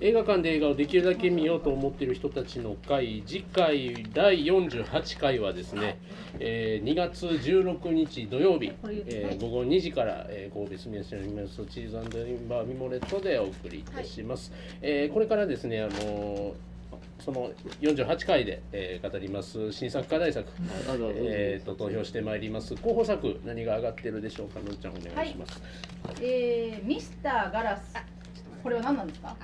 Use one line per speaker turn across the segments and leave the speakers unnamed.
映画館で映画をできるだけ見ようと思っている人たちの会次回第48回はですね、えー2月16日土曜日、えー午後2時から、えー、神戸住吉のイメスチーズインバーミモレットでお送りいたします、えーこれからですねあのーその48回で、えー語ります新作課題作、
あの
えー、と投票してまいります候補作何が上がってるでしょうかのんちゃんお願いします、
えー、ミスターガラス。これは何なんですか。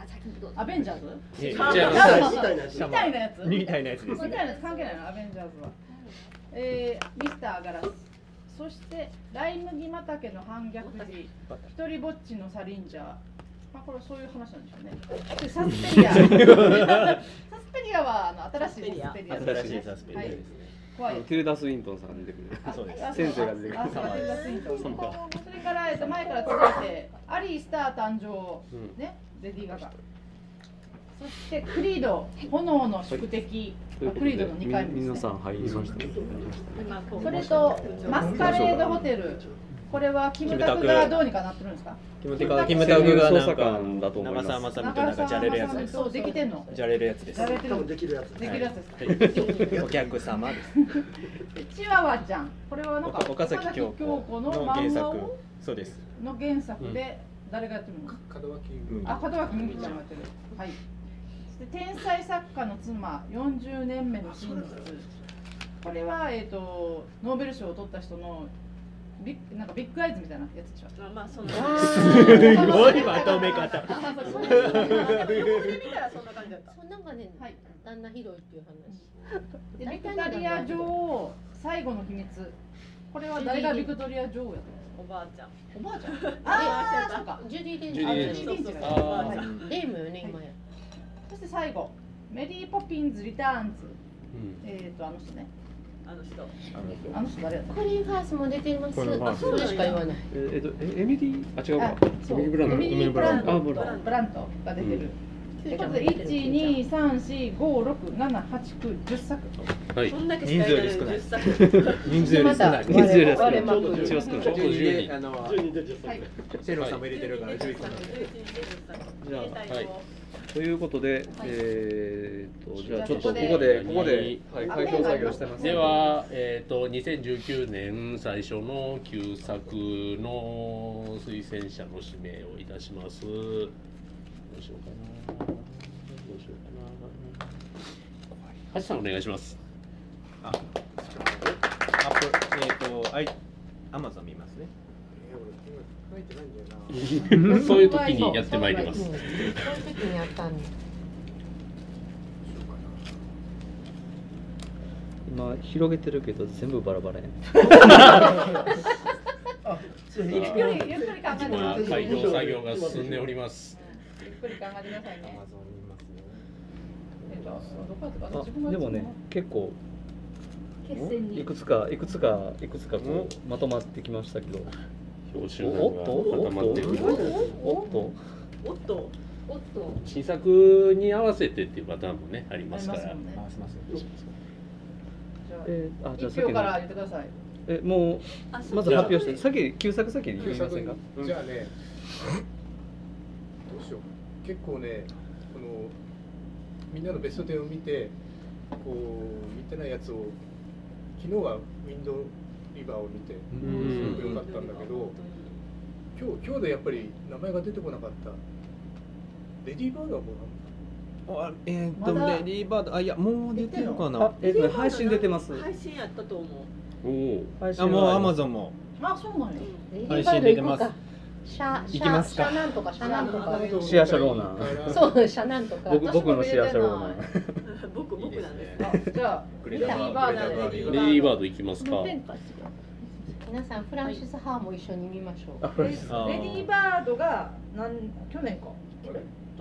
アベンジャーズ。
え
あ
ーじゃあ
じゃあ
みたいなやつ
みたいなやつ。
みたいなやつで
み
す
たい
ね。
なやつ関係ないの、アベンジャーズは。えー、ミスターガラス。そして、ライ麦畑の反逆時。一人ぼっちのサリンジャー。まあ、これはそういう話なんでしょうね。でサスペリア。サスペリアは、あの、新しいサスペリアですね。
新しいサスペリアで
は
すね
い。怖い。
ティルダ・スウィントンさんが出てくる。
あ
そうです
あ
先生が出てくる
あそう
様
テ
で
ル
す
ダスイントン
様
それから、えっと、前から続いて、アリー・スター誕生。
うん
ね、レディー・ガガ。そして、クリード、炎の宿敵、
という
あ
こと
クリー
で
ドの2回目
皆
です、
さ
ね。
ん入りましたね。
それと、マスカレードホテル、これはキムタクがどうにかなってるんですか。
キ
ムタク
キムタクが
捜
なん
査
か
官だと思い
長
ます。
澤まさみとなんかじゃれるやつ
中澤正美
です
そう、できてんの。
じゃれるやつです
やれてる
多
の。
分
で
できるやつ
きるやつですか。
お客様です
でチワワちゃん、これはなんか、
岡崎京子
の
の原
漫画
作
を
そうです
の原作で、誰がやってるの。
門脇
あ、門脇麦ちゃんがやってる。はい。そして天才作家の妻、40年目の真実。これはえっ、とノーベル賞を取った人のビッなんかビッグアイズみたいなやつで しょ。
まあそ
すごいまとめ方
あそうそう
うなんかね、
はい。
旦那広いっていう話。
でビクトリア女王最後の秘密。これは誰がビクトリア女王やった
おばあちゃん。
の？おばあちゃん。ああ、そうか。
ジュディデン
ジュディデン
ジ
そうそうそう
あー
おばあちゃんレイムよね今や。
そして最後、メリーポピンズリターンズ。
うん
えっ、とあの人ね。
あの人。
あの人誰やった？
コリンファースも出ています。
コリンファー
あ
ス
そうですか言わない。
えーえっと、えエミリー、あ、違う
あ
か。、
そう。
エミリーブラント
エミリーブラント
あ、ブラ
ブラントが出てる。ということで、
出てる
一二三四五六七八九十作。
はい
そんだけしかいないのに10作。
人数
で
より
ま
少
た
ない。人数より少な
我
い。
々まく
一応少ない
ちょうど10人
あの
12出てる
はい。
セロさんも入れてるから
11
11個
作。
じゃあ
携帯
はい
を
ということで、えーっと、じゃあちょっとこ
じゃあ
こで、
こ
こ
こ
こ
で
で、はい、開票作業してます。
で、は、えー、と2019年最初の旧作の推薦者の指名をいたします。どうしようかな。どうしようかな。橋さんお願いします。
アップえっ、とあいアマゾン見ますね
今書いてないんだよな
そういう時にやってまいります
そう。いう時にやったんです。
今、広げてるけど、全部バラバラやね。
ゆっくり、ゆっくり考えてくだ
今
さい。
開
ゆっ
票作業が進んでおります。
くり考えてください
ア
ね
マ。ゾン見ますね
えっと、どこやったかな
あ
自分が
でもね、結構、
決戦
い
に。
くつか、いくつか、いくつかこう、まとまってきましたけど、
表紙が固まってくる。
おっと、
おっと。おっと。
新作に合わせてっていうパターンもねあり
あ
ま
り
すか
ますも
ら。
んね。
回します
じゃあ
えーあ、じゃあ
一
先
票
に
から言ってください。
え、もう、
あそう
まず発表して、先、旧作先に言いませんか
じゃあね、どうしよう。結構ね、このみんなのベスト10を見て、こう見てないやつを昨日はウィンドリバーを見て、
う
うん
すごく良かったんだけど、今日今日でやっぱり名前が出てこなかった。レディーバーガーも
あえーっ、
まだ
とレディーバードあいやもう出てるかな
あ、えっとね、配信出てます。
配信やったと思う。
おお。
配信
あ
は
もうアマゾンも
まあ、そうなんよ。
配信出てます
シャシ
行き
ャ
ます
シ
か
ャなんとかシャなんとか。
な。
シアシャローナ
そうシャなんとか。
僕僕のシェアシャローナ。
僕
いい
僕
で
な
す
ん
ね。
あ
です。
じゃ
グ
レ
レ
タ
タ
バー
バーガ
グレ
レ
ー
タバ
ディーバード行きますか。
皆さんフランシスハーも一緒に見ましょう。
あ、レレディーバードが、なん、去年か。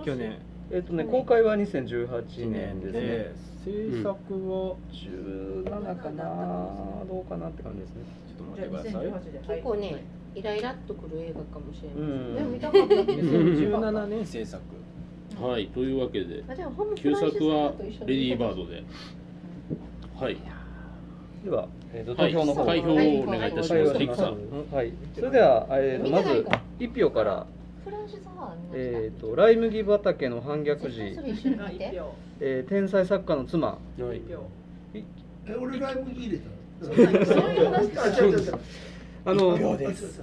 去年
えっとね、公開は2018年ですね。
制作は、
17かな、どうかなって感じですね。
ちょっと
じ
待
ゃ
っ
あ、
てく
2018で。はい
ださい
結構ね、イライラっとくる映画かもしれない。
う
でも見
ん。
たかったですよ。
2017年制作
はい、というわけで、
あでもホーム
旧
フランシス
作は
ハと一緒
レデ
に
ィ
見
ー
て
バ
ほ
ー
し
ド
い
で。はい、
では、えっと、
は
投
い、
票の方。
開票をお願いいたします。
開票
ティックさん。
はい。それでは、えっと、まず一票から
フランシス・ハーは見ました。
えー、とライ麦畑の反逆
絶対
時
そ、れ一緒に
が
見
一
て。
票。
えー天才作家の妻
はい
一票。
え俺ライブ入れた
そういう話
あ違う違う違う
あの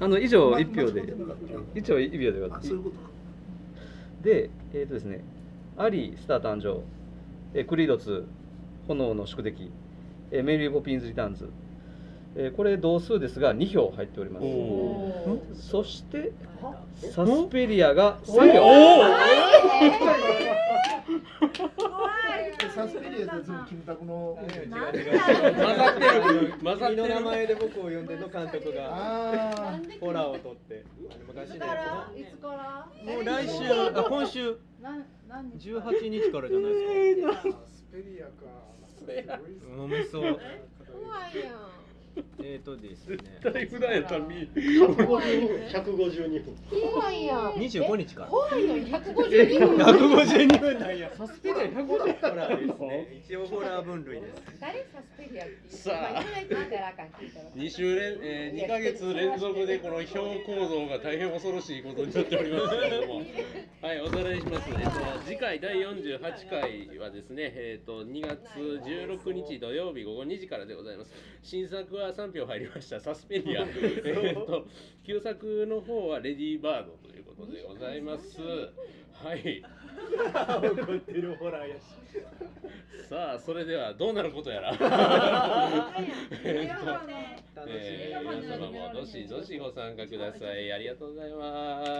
あの以上一票で一応一秒でよか
あ
った
そういうことか
でえっ、とですね「アリースター誕生」えークリード2」「炎の宿敵」えーメリー・ポピンズ・リターンズ」えーこれ同数ですが2票入っております
お
お
そして
あ
サスペリアが
お
3票
サスペリアズのキムタクの
な
混ざ
んだ
ってる混ざってる
君の名前で僕を呼んでの監督が
あ
ホラーを撮ってあの昔
つ
の
か
や
らいつから
つなもう来週あ今週
なん何日から
18日からじゃないで
あスペリアかすごいっす
すか
ね
飲めそう
怖いやん。
えーとですね
大普段やったら見
152分
怖いやん。
25
え。
日から
怖いのに152分。
152分なんや
サスペリア150
ホラーですね一応ホラー分類です
誰サスペリアっていう。
さあ
まいくら聞いたらあかん聞いたらあかん。
2週連、えー、2ヶ月連続でこの表構造が大変恐ろしいことになっておりますけれども、はい、おさらいします、えっと、次回第48回はですね、えっと、2月16日土曜日午後2時からでございます。新作は3票入りました、サスペ リア。えっと、旧作の方はレディーバードということでございます。はい、
怒ってるホラーやし
さあ、それではどうなることやら。えっと
楽しみ
えー皆様もどしどしご参加ください。ありがとうございます。